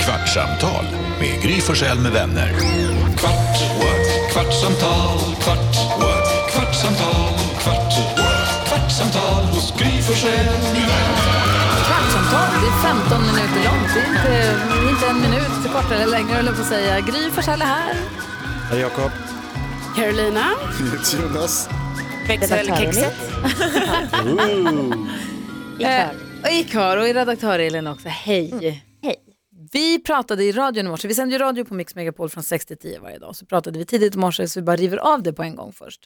Kvartsamtal med Gry Forssell med vänner. Kvart, what? kvartsamtal, kvart, what? kvartsamtal, kvart, what? kvartsamtal hos Gry Forssell med vänner. Kvartsamtalet är 15 minuter långt. Det är inte, inte en minut kortare eller längre, höll jag på att säga. Gry Forssell är här. Hej Jakob. Carolina, Jonas. växelkexet. Eh, och I kör och i redaktör Elin också. Hej. Hej. Vi pratade i radion i morse. Vi sänder ju radio på Mix Megapol från 6 till 10 varje dag. Så pratade vi tidigt i morse så vi bara river av det på en gång först.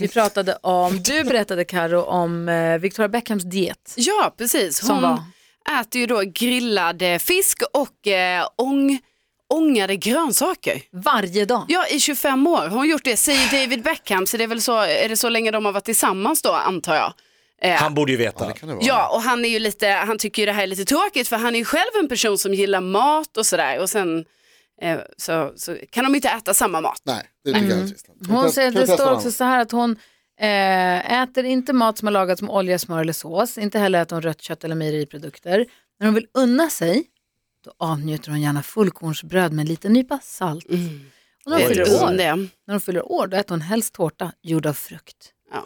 Vi pratade om, du berättade Karo om eh, Victoria Beckhams diet. Ja, precis. Som Hon var? äter ju då grillad eh, fisk och eh, ång, ångade grönsaker. Varje dag. Ja, i 25 år. Hon har gjort det, säger David Beckham, så det är väl så, är det så länge de har varit tillsammans då, antar jag. Eh, Han borde ju veta. Ja, och han är ju lite, han tycker ju det här är lite tråkigt för han är ju själv en person som gillar mat och sådär och sen eh, så, så kan de ju inte äta samma mat. Nej, det tycker jag är trist. Mm. Hon säger, det står också honom? så här att hon eh, äter inte mat som har lagats med olja, smör eller sås. Inte heller äter hon rött kött eller mejeriprodukter. När hon vill unna sig, då avnjuter hon gärna fullkornsbröd med en liten nypa salt. Och när hon, Oj, Vet fyller du år, om det? när hon fyller år, då äter hon helst tårta gjord av frukt. Ja.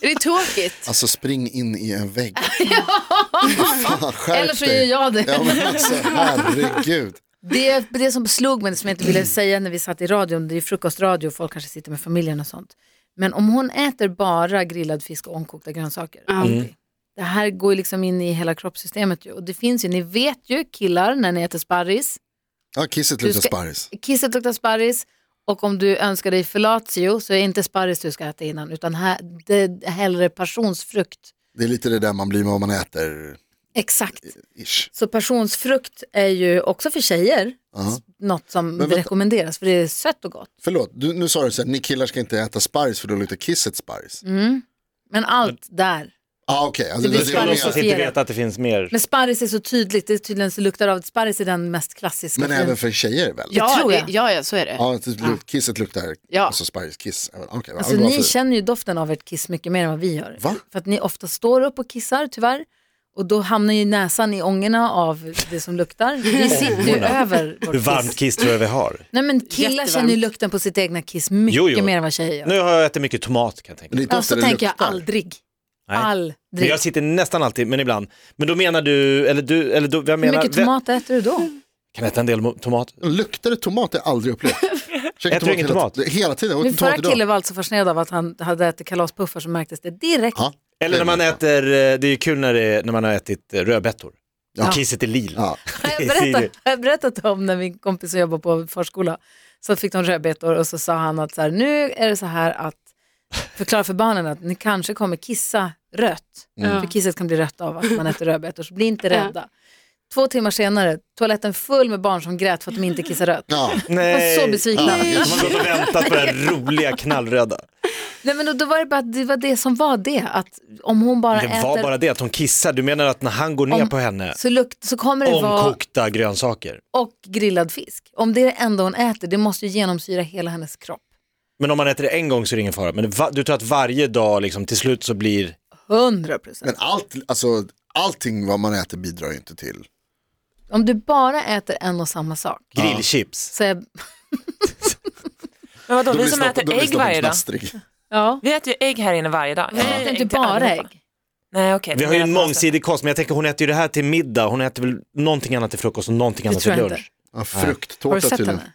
det är tråkigt. Alltså spring in i en vägg. Fan, skärp Eller så dig. gör jag det. Ja men alltså herregud. Det, det som slog mig, som jag inte ville säga när vi satt i radion, det är ju frukostradio, folk kanske sitter med familjen och sånt. Men om hon äter bara grillad fisk och ångkokta grönsaker, Mm. alltid. det här går ju liksom in i hela kroppssystemet ju. Och det finns ju, ni vet ju killar när ni äter sparris, Ja kisset Du luktar ska- sparris. kisset luktar sparris och om du önskar dig fellatio så är det inte sparris du ska äta innan utan här, det, hellre passionsfrukt. Det är lite det där man blir med om man äter. Exakt. Ish. Så passionsfrukt är ju också för tjejer Ja. något som vänta. rekommenderas för det är sött och gott. Förlåt, du, nu sa du så här, ni killar ska inte äta sparris för då luktar kisset sparris. Ja Men allt där. ah, okej, Mm. Det alltså, blir det, det, sparris var och Låtsas mer- fisk. inte veta att det finns mer. Men sparris är så tydligt, det är tydligen så luktar av, sparris är den mest klassiska. men För- även för tjejer väl? Ja, tror jag. Det, ja, ja, så är det. Ja, att det luk- kisset luktar alltså Ja. och så sparriskiss. Okay, Alltså ni känner ju doften av ert kiss mycket mer än vad vi gör. Va? För att ni ofta står upp och kissar tyvärr. Och då hamnar ju näsan i ångorna av det som luktar. Vi sitter ju Ångorna. över Hur vårt varmt kiss. kiss tror jag vi har? Nej men killar Jättevarmt. känner ju lukten på sitt egna kiss mycket Jo, jo. mer än vad tjejer gör. Nu har jag ätit mycket tomat kan jag tänka mig. Ja, så tänker jag aldrig. Nej. Men Aldrig. jag sitter nästan alltid, men ibland. Men då menar du, eller du, eller du, jag Hur menar, mycket tomat äter du då? kan jag äta en del mo- tomat? Luktar det tomat? Det har jag aldrig upplevt. Äter du ingen tomat? Hela, hela tiden. Jag åt Min en tomat förra idag. kille var alltså fascinerad av att han hade ätit kalaspuffar så märktes det direkt. Ja, Eller när man det är- äter, eh, det är ju kul när, det, när man har ätit eh, rödbetor. Ja. Kisset är lila. Ja. Har jag Det är berättat, ju- har jag berättat om när min kompis som jobbar på förskola så fick de rödbetor och så sa han att så här, nu är det så här att förklara för barnen att ni kanske kommer kissa rött. Mm. För kisset kan bli rött av att man äter rödbetor så bli inte rädda. Två timmar senare, toaletten full med barn som grät för att de inte kissar rött. Ja. De var så besvikna. De har gått och väntat på det här roliga knallröda. Nej, men då- då var det bara det, var det som var det, att om hon bara Det äter var bara det att hon kissar. Du menar att när han går ner Om- på henne, så, lukt, så kommer det vara omkokta grönsaker. och grillad fisk. Om det är det enda hon äter, det måste ju genomsyra hela hennes kropp. Men om man äter det en gång så är det ingen fara. Men va, du tror att varje dag liksom, till slut så blir, 100 procent. Men allt, alltså, allting vad man äter bidrar ju inte till. Om du bara äter en och samma sak. grillchips. Så jag, Men vadå, Då vi blir som Stockholm- då äter blir ägg Stockholm varje dag? knastrig. ja. Vi äter ju ägg här inne varje dag. Jag äter inte bara allihopa. ägg. Nej, okej. Vi det har ju menar en jag. mångsidig kost, men jag tänker hon äter ju det här till middag, hon äter väl någonting annat till frukost och någonting annat till tror jag lunch. Ja, Har du frukttårta sett tydligen. henne?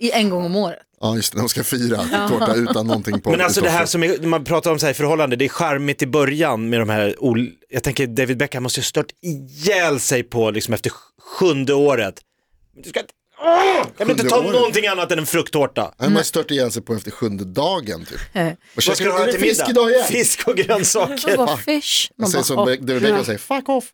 I en gång om året. Ja, just det, de ska fira tårta utan någonting på. Men alltså det här utanför. som är, man pratar om så här i förhållande, det är charmigt i början med de här, ol- jag tänker David Beckham måste ju ha stört ihjäl sig på liksom efter sj- sjunde året. Du ska inte, Åh! jag vill inte Sjunde ta året? någonting annat än en frukttårta. Han har stört ihjäl sig på efter sjunde dagen typ. Och Vad ska du ha till fisk middag? idag igen? Fisk och grönsaker. Det var fish. Man Jag säger bara, som "Åh." David Beckham säger, fuck off.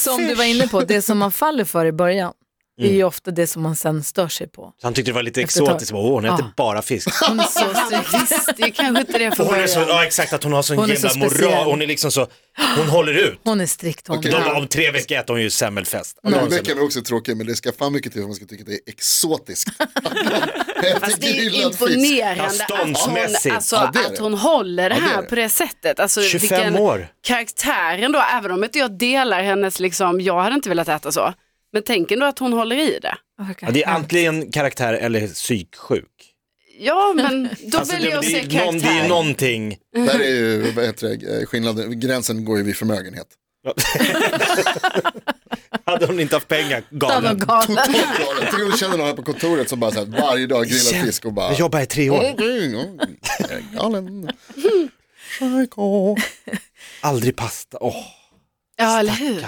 som du var inne på, det som man faller för i början är Mm. ju ofta det som man sen stör sig på. Han tyckte det var lite Efter ett tag. exotiskt, Bara, åh hon äter Ja. bara fisk. Hon är så Alltså, Visst, det är kanske inte det Och från hon är så, början. ja exakt att hon har sån Hon är jävla så speciell. moral, hon är liksom så, Hon håller ut. Hon är strikt hon. Okej. De, om tre veckor äter hon ju semmelfest. Ja, Den veckan är också tråkig men det ska fan mycket till för att man ska tycka det är exotiskt. Jag Fast det tycker är ju grillad fisk. imponerande Ja, att ståndsmässigt. hon, alltså, Ja, det är det. att hon håller det Ja, det är här det. på det sättet. Alltså, 25 vilken år. karaktär ändå, även om inte jag delar hennes, liksom, jag hade inte velat äta så. Men tänk ändå att hon håller i det. Ja, det är antingen karaktär eller psyksjuk. Ja, men då Alltså, väljer jag att det, se det, är någon, det är karaktär. någonting. Där är ju vad heter det, eh, skillnaden, gränsen går ju vid förmögenhet. Hade hon inte haft pengar, galen. Totalt galet. Tänk om du känner någon här på kontoret som bara så här, varje dag grillar fisk och bara... Jag jobbar i tre år, Galen. aldrig pasta. Åh. Ja, eller hur?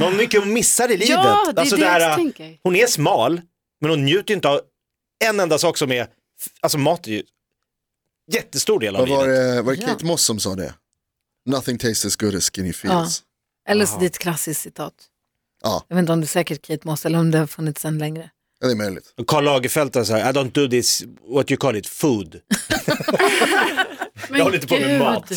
Vad mycket hon missar i livet. Ja, det är det jag äh, tänker. hon är smal, men hon njuter inte av en enda sak som är, alltså mat är ju jättestor del av Vad var livet. det, var det Kate Moss som sa det? Nothing tastes as good as skinny feels. Eller så ditt klassiskt citat. Ja. Jag vet inte om det är säkert Kate Moss eller om det har funnits sen längre. Ja, det är möjligt. Och Karl Lagerfeld sa så här, I don't do this, what you call it, food. Men Jag håller inte på med gud. mat.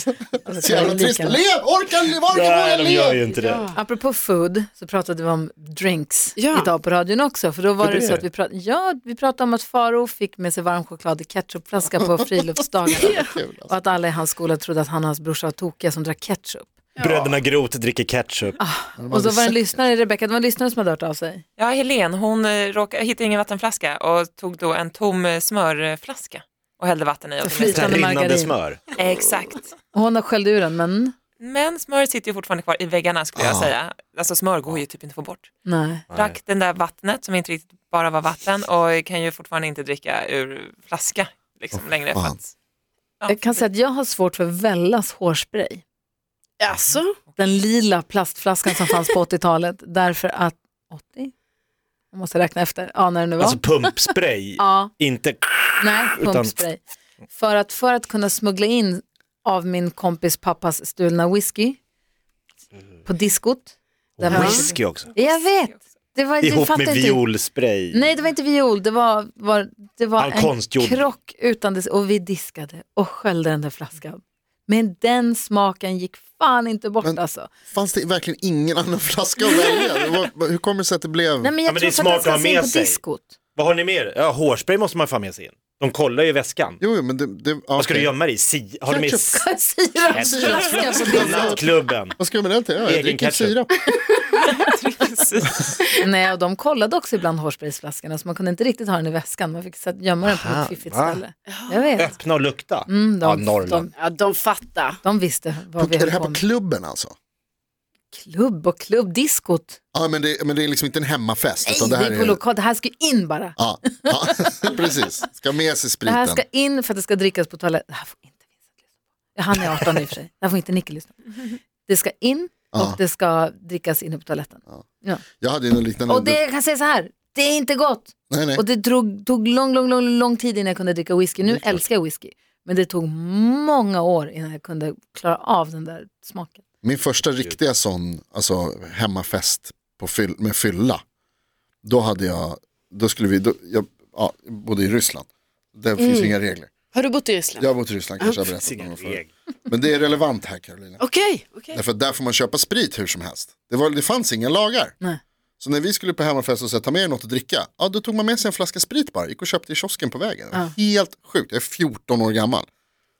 Så jävla trist. Lev! Orka leva! Orka Nej, våga de gör ju leva! inte det. Apropå food så pratade vi om drinks Ja. idag på radion också. För då var Gjorde det så vi? att vi, prat- ja, vi pratade om att Faro fick med sig varm choklad i ketchupflaska på friluftsdagarna. Kul, alltså. och att alla i hans skola trodde att han och hans brorsa var tokiga som drack ketchup. Bröderna Groth dricker ketchup. Ah, Och så var det en lyssnare, Rebecka, det var en lyssnare som hade hört av sig. Ja, Helen, hon eh, råkade, hittade ingen vattenflaska och tog då en tom eh, smörflaska och hällde vatten i. Och Flyt. Så här Flytande rinnande margarin. smör. Exakt. Och hon har skällt ur den, men Men smöret sitter ju fortfarande kvar i väggarna skulle Ah. jag säga. Alltså smör går ju typ inte att få bort. nej. Drack den där vattnet som inte riktigt bara var vatten och kan ju fortfarande inte dricka ur flaska liksom, längre. För fan. att, ja. Jag kan säga att jag har svårt för Vellas hårspray. Alltså, den lila plastflaskan som fanns på 80-talet därför att 80? Jag måste räkna efter. Ja, när det nu var. Alltså pumpspray, ja, inte... nej, utan- pumpspray. För att, för att kunna smuggla in av min kompis pappas stulna whisky på diskot. Där man- Whisky också. Jag vet. Det var, det Ihop fattar med inte. violspray. Nej, det var inte viol. Det var, var, det var All en konstgjord. krock utan det. Och vi diskade och sköljde den där flaskan. Men den smaken gick fan inte bort Men- alltså. Fanns det verkligen ingen annan flaska att välja? Det var- Hur kommer det sig att det blev? Nej, men jag men det tror för är att den smart att ska ha se in med på sig. diskot. Vad har ni mer? Ja, hårspray måste man fan med sig in. De kollar ju väskan. Jo, jo, men det... det ja, Vad ska du okej. gömma dig i? Si- har du med Ketchup. si- Sirapsflaska på på diskot. nattklubben? Vad ska jag med den till? Ja, Egen jag dricker ketchup. sirap. Nej, och de kollade också ibland hårsprayflaskorna så man kunde inte riktigt ha den i väskan. Man fick sätt- gömma den på något fiffigt ställe. Jag vet. Öppna och lukta. Mm, ja, de, Norrland. de, ja, de fattar. de visste vad vi Är det höll här på på med. klubben alltså? Klubb och klubb, diskot. Ja, men det, men det är liksom inte en hemmafest. Nej, utan det det här är på är... lokal. Det här ska ju in bara. Ja, ja, precis. Ska med sig Det här spriten. ska in för att det ska drickas på toaletten. Det här får inte Vincent lyssna på. Ja, Han är 18 i och för sig. Det här får inte Nicke lyssna på. Det ska in och Ja. det ska drickas inne på toaletten. Ja. Jag hade ju något liknande. Och det jag kan säga så här, det är inte gott. Nej, nej. Och det drog, tog lång, lång, lång, lång tid innan jag kunde dricka whisky. Nu älskar jag whisky. Men det tog många år innan jag kunde klara av den där smaken. Min första riktiga sån, alltså hemmafest på fyll, med fylla, då hade jag, då skulle vi, då, jag ja, jag bodde i Ryssland. Där finns ju inga regler. Har du bott i Ryssland? Jag har bott i Ryssland kanske jag har berättat om det förut. Men det är relevant här Carolina. Okej, okej. Därför att där får man köpa sprit hur som helst. Det, var, det fanns inga lagar. Nej. Så när vi skulle på hemmafest och sa ta med er något att dricka, ja då tog man med sig en flaska sprit bara, gick och köpte i kiosken på vägen. Det var Helt sjukt, jag är 14 år gammal.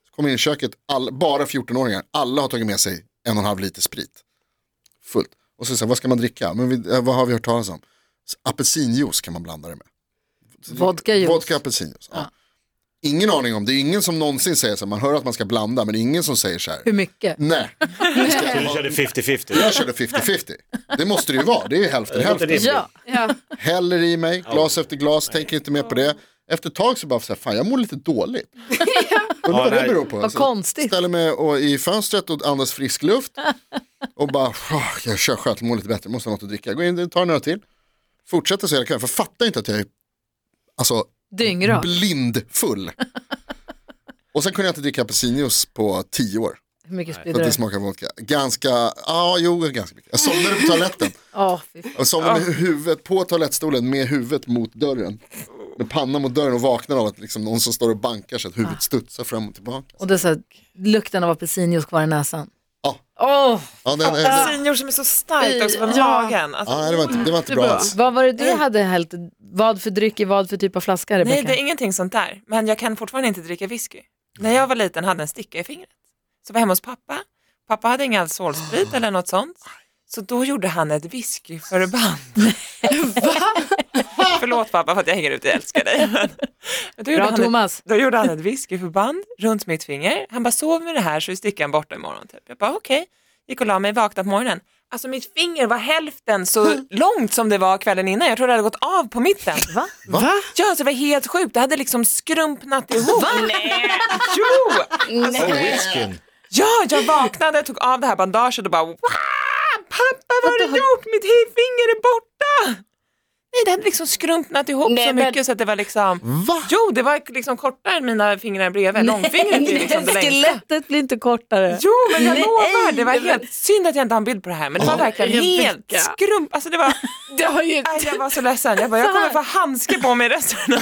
Så kom jag in i köket, all, bara 14-åringar, alla har tagit med sig en och en halv liter sprit. Fullt. Och så sa jag, vad ska man dricka? Men vi, eh, vad har vi hört talas om? Så, apelsinjuice kan man blanda det med. Så det- Vodkajuice. Vodka apelsinjuice. Ja. Ingen aning om, det är ingen som någonsin säger så här, man hör att man ska blanda, men det är ingen som säger så här, Hur mycket? nej. Så du körde 50-50. Jag körde 50-50. Det måste det ju vara, det är ju hälften hälften. rimligt. Ja, Ja. Häller i mig, glas efter glas, tänker inte mer på det. Efter ett tag så bara, så här, fan jag mår lite dåligt. Undrar Ja, vad det nej. beror på. vad konstigt. ställer mig och, i fönstret och andas frisk luft. Och bara, "Åh, jag kör skönt, jag mår lite bättre, måste ha något att dricka. Går in, tar några till. Fortsätter så hela kvällen, för jag fattar inte att jag är alltså, Dyngrak. blindfull. Och sen kunde jag inte dricka apelsinjuice på tio år. Hur mycket spydde För att du? det smakar vodka. Ganska, ja jo ganska mycket. Jag somnade på toaletten. Ja, fy fan. Jag somnade med huvudet på toalettstolen med huvudet mot dörren. Med pannan mot dörren och vaknar av att liksom någon som står och bankar så att huvudet studsar fram och tillbaka. och det är så här, lukten av apelsinjuice kvar i näsan. Ja, Åh, Ja, den, är- Apelsinjuice som är så starkt också på Ja. magen. Alltså, ja, det var inte, det var inte bra alls. vad var det du hade hällt? Vad för dryck i vad för typ av flaska Rebecka? nej, det är ingenting sånt där. Men jag kan fortfarande inte dricka whisky. När jag var liten hade jag en sticka i fingret. Så var jag hemma hos pappa. Pappa hade ingen alkoholsprit eller något sånt. Så då gjorde han ett whiskyförband. Förlåt pappa för att jag hänger ut, jag älskar dig. Men Då gjorde, Bra han ett, Thomas. då gjorde han ett whiskyförband runt mitt finger. Han bara sov med det här så är stickan borta imorgon. Typ. Jag bara okej, gick och la mig, vaknade på morgonen. Alltså mitt finger var hälften så långt som det var kvällen innan. Jag tror det hade gått av på mitten. Va? Va? Ja, alltså, det var helt sjukt. Det hade liksom skrumpnat ihop. Va? Nej. Jo! Och whiskyn. Ja, jag vaknade, tog av det här bandaget och bara wow, pappa vad har du gjort? Mitt finger är borta! Nej, det hade liksom skrumpnat ihop Nej, så men- mycket så att det var liksom, Va? jo det var liksom kortare än mina fingrar bredvid, långfingret är ju liksom det längsta. Skelettet blir inte kortare. Jo, men jag lovar, det var helt synd att jag inte har en bild på det här, men det var verkligen Rebecka. helt skrump, alltså det var, Det har ju, nej, jag var så ledsen, jag bara, jag kommer få handske på mig resten av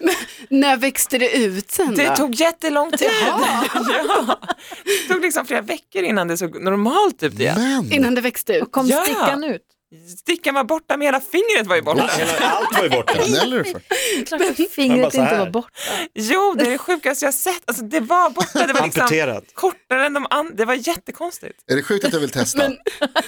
men, när växte det ut sen då? Det tog jättelång tid. Ja. Det tog liksom flera veckor innan det såg normalt ut igen. Men, Innan det växte ut? Kom Ja. stickan ut. Stickan var borta, men hela fingret var ju borta. Hela- Allt var ju borta. gnäller du för? Det är klart att Men bara fingret så inte här. var borta. Jo, det är det sjukaste jag sett. Alltså, det var borta, det var liksom Amputerat. kortare än de andra. Det var jättekonstigt. Är det sjukt att jag vill testa?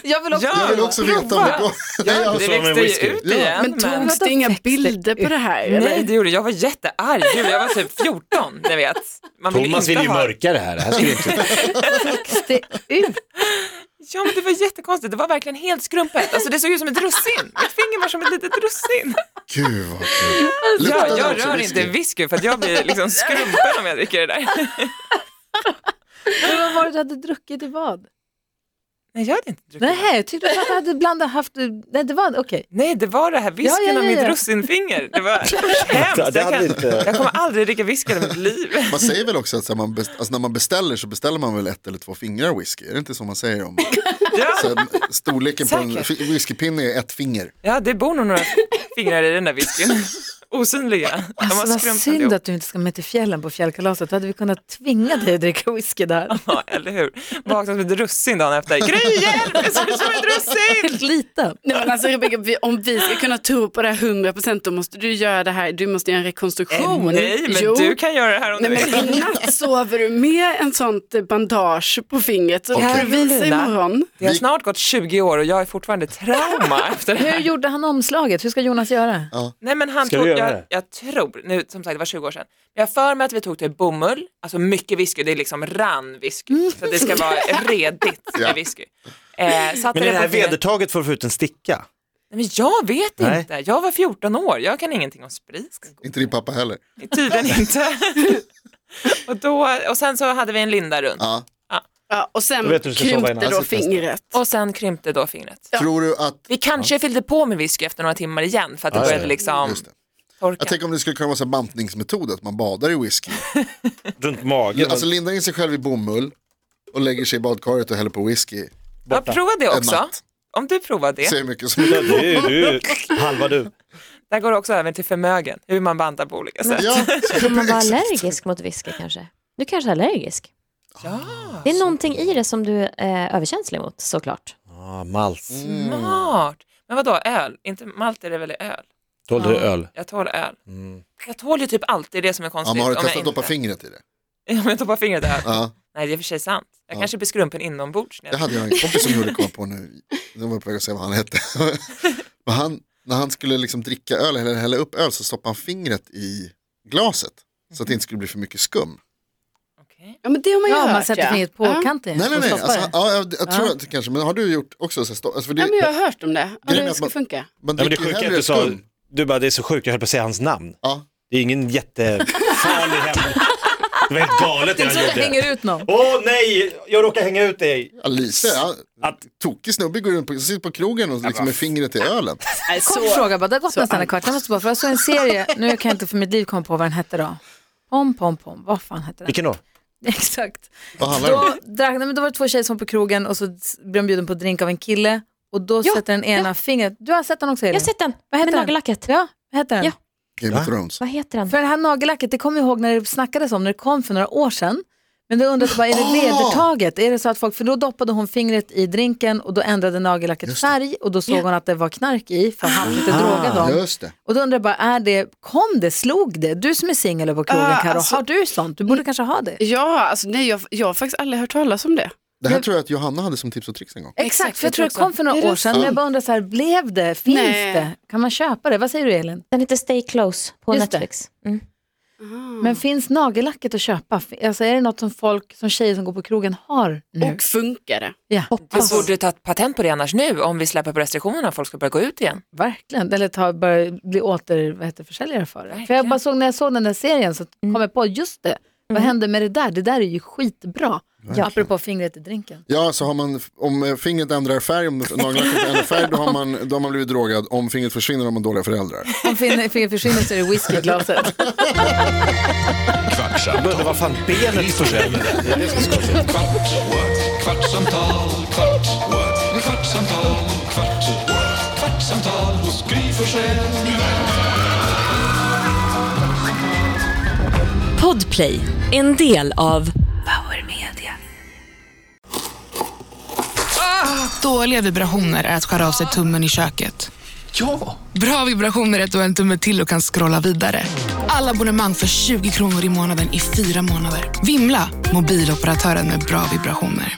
Jag vill också Ja. Jag vill också veta om det går. Nej, Ja, jag- det som en växte whisky. ju ut Ja. igen. Men togs det inga bilder på det här? Nej, Eller? det gjorde jag. Jag var jättearg. Gud, Jag var typ 14, ni vet. Man Thomas vill inte ju ha- mörka det här. Det här skulle inte... det ut. Ja, men det var jättekonstigt. Det var verkligen helt skrumpet. Alltså, det såg ut som ett russin. Mitt finger var som ett litet russin. Gud vad kul. Luktar Ja, det Alltså, jag också rör whisky? inte whisky för att jag blir liksom skrumpen om jag dricker det där. Men vad var det du hade druckit i vad? Nej, jag hade inte druckit det. Nej, jag tyckte att du hade blandat haft... Nej, det var okej. Nej, det var det här whiskyn Ja, ja, ja, och mitt ja. russinfinger. Det var hemskt. Det hade jag, kan, inte- jag kommer aldrig dricka whisky i hela mitt liv. Man säger väl också att så här, man best- alltså, när man beställer så beställer man väl ett eller två fingrar whisky? Är det inte så man säger om? Så Ja, här, storleken på en Säkert. fi- whiskypinne är ett finger. ja, det bor nog några fingrar i den där whiskyn. Osynliga. De har Alltså, vad skrumpnat synd ihop. att du inte ska med till fjällen på fjällkalaset. Då hade vi kunnat tvinga dig att dricka whisky där. Ja, eller hur? Vaknat med ett russin dagen efter. Gry, hjälp! Jag ser ut som ett russin! Helt liten. Nej, men alltså, Rebecca, vi, om vi ska kunna tro på det här 100% då måste du göra det här, du måste göra en rekonstruktion. Eh, Nej, men Jo. du kan göra det här om Nej, du men vill. i natt sover du med en sånt eh, bandage på fingret så Okej. kan du visa Carolina. imorgon. Det har snart gått 20 år och jag är fortfarande trauma efter det Hur här. gjorde han omslaget? Hur ska Jonas göra? Nej men han Ska tog, du göra jag, det? jag tror, nu som sagt det var 20 år sedan, men jag har för mig att vi tog till bomull, alltså mycket whisky, det är liksom rann whisky, så att det ska vara redigt Mm. Ja. med whisky. Eh, satte Men är det här på fingret. vedertaget för att få ut en sticka? Nej, men jag vet Nej. inte, jag var 14 år, jag kan ingenting om sprit. Inte din pappa heller. Tydligen inte. och, då, och sen så hade vi en linda runt Ja. Ja, och Då sen vet du hur du ska sova i krympte natt. då Alltså, testa. fingret. och sen krympte då fingret. Tror du att, Vi kanske fyllde på med whisky efter några timmar igen för att det Ja, ja, började ja. liksom just det. torka. Jag tänker om det skulle kunna vara en bantningsmetod, att man badar i whisky. Runt magen? Alltså lindar in sig själv i bomull och lägger sig i badkaret och häller på whisky. Ja, prova det En också. natt. Om du provar det. Se hur mycket som Ja, du, är- du, är- halva du. Där går det också över till förmögen, hur man bandar på olika sätt. Ja, Kan man vara allergisk mot whisky kanske? Du kanske är allergisk? Ja, Det Alltså- är någonting i det som du är överkänslig mot såklart. Ah, mals. Mm. smart. Men vadå, öl? Inte malt är det väl i öl? Tål du öl? Jag tål öl. Mm. Jag tål ju typ allt, det är det som är ja, konstigt. men har du om testat jag att doppa inte- fingret i det? Om jag doppar fingret i öl? Ja, Nej, det är för sig sant. Jag kanske blir skrumpen inombords. När det jag... hade jag en kompis som gjorde, kom jag på nu. Nu var jag på väg att säga vad han hette. Men han, när han skulle liksom dricka öl eller hälla upp öl så stoppade han fingret i glaset. Så att det inte skulle bli för mycket skum. Okej. Ja, men det har man ju Ja, hört. man sätter ja. fingret på Ja. kanten Nej, nej, och nej. stoppar Alltså, det. ja, jag, jag tror att det kanske, men har du gjort också så här, stopp, alltså, för det, Ja, men jag har hört om det. Ja, Grejen är det att ska man- funka. Nej, men man det dricker ju sjuka är att hellre du sa, skum. du bara det är så sjukt, jag höll på att säga hans namn. Ja. Det är ingen jättefarlig hämnd. Det var helt galet det Så han jag gjorde. hänger ut någon. Åh nej, jag råkar hänga ut dig. Ja, lite. Ja. Att- Tokig snubbe går runt på, sitter på krogen och liksom med fingret i ölen. Nej, Kort fråga bara, det har gått nästan en kvart. Jag måste bara, för jag såg en serie, nu kan jag inte för mitt liv komma på vad den hette då. Pom, pom, pom, vad fan hette den? Vilken då? Exakt. Vad handlar det om? Då, drack, nej, men då var det två tjejer som var på krogen och så blir de bjuden på drink av en kille och då Ja, sätter den ena fingret, du har sett den också Elin? Jag har sett den, Vad heter med den? nagellacket. Ja, vad heter den? Ja. Game of Thrones. Vad heter den? För det här nagellacket, det kommer jag ihåg när det snackades om, när det kom för några år sedan. Men då undrar jag bara, är det vedertaget? Är det så att folk, för då doppade hon fingret i drinken och då ändrade nagellacket färg och då såg hon att det var knark i för han försökte droga dem. Ah, Just det. Och då undrar jag bara, är det, kom det, slog det? Du som är singel och på krogen Ah, Karo, alltså- har du sånt? Du borde kanske ha det. Ja, alltså, nej, jag, jag har faktiskt aldrig hört talas om det. Det här tror jag att Johanna hade som tips och tricks en gång. Exakt, för jag tror det kom för Är några det år sedan. Men jag bara undrar, så här, blev det? Finns Nej. det? Kan man köpa det? Vad säger du Elin? Den heter Stay Close på Just det. Netflix. Mm. Men finns nagellacket att köpa? Alltså, är det något som folk, som tjejer som går på krogen har nu? Och funkar det? ja, Vi Alltså, borde ta patent på det annars nu om vi släpper på restriktionerna och folk ska börja gå ut igen. verkligen. Eller ta, börja bli åter, vad heter, försäljare för det. För jag Verkligen. bara såg, när jag såg den där serien så Mm. kom jag på, just det, vad hände med det där? Det där är ju skitbra. Apropå fingret i drinken. Ja, så har man, om eh, fingret ändrar färg, om nagellacket ändrar färg, då har, man, då har man blivit drogad. Om fingret försvinner har man dåliga föräldrar. Om fingret fingret försvinner så är det whiskyglaset. Men Kvartsamtal, vad fan, benet för sig. kvart, what? kvartsamtal, kvart, what? kvartsamtal, kvart, what? kvartsamtal hos Gry Forssell med vänner. Podplay, en del av Dåliga vibrationer är att skära av sig tummen i köket. Ja! Bra vibrationer är att du har en tumme till och kan scrolla vidare. Alla abonnemang för 20 kronor i månaden i fyra månader. Vimla! Mobiloperatören med bra vibrationer.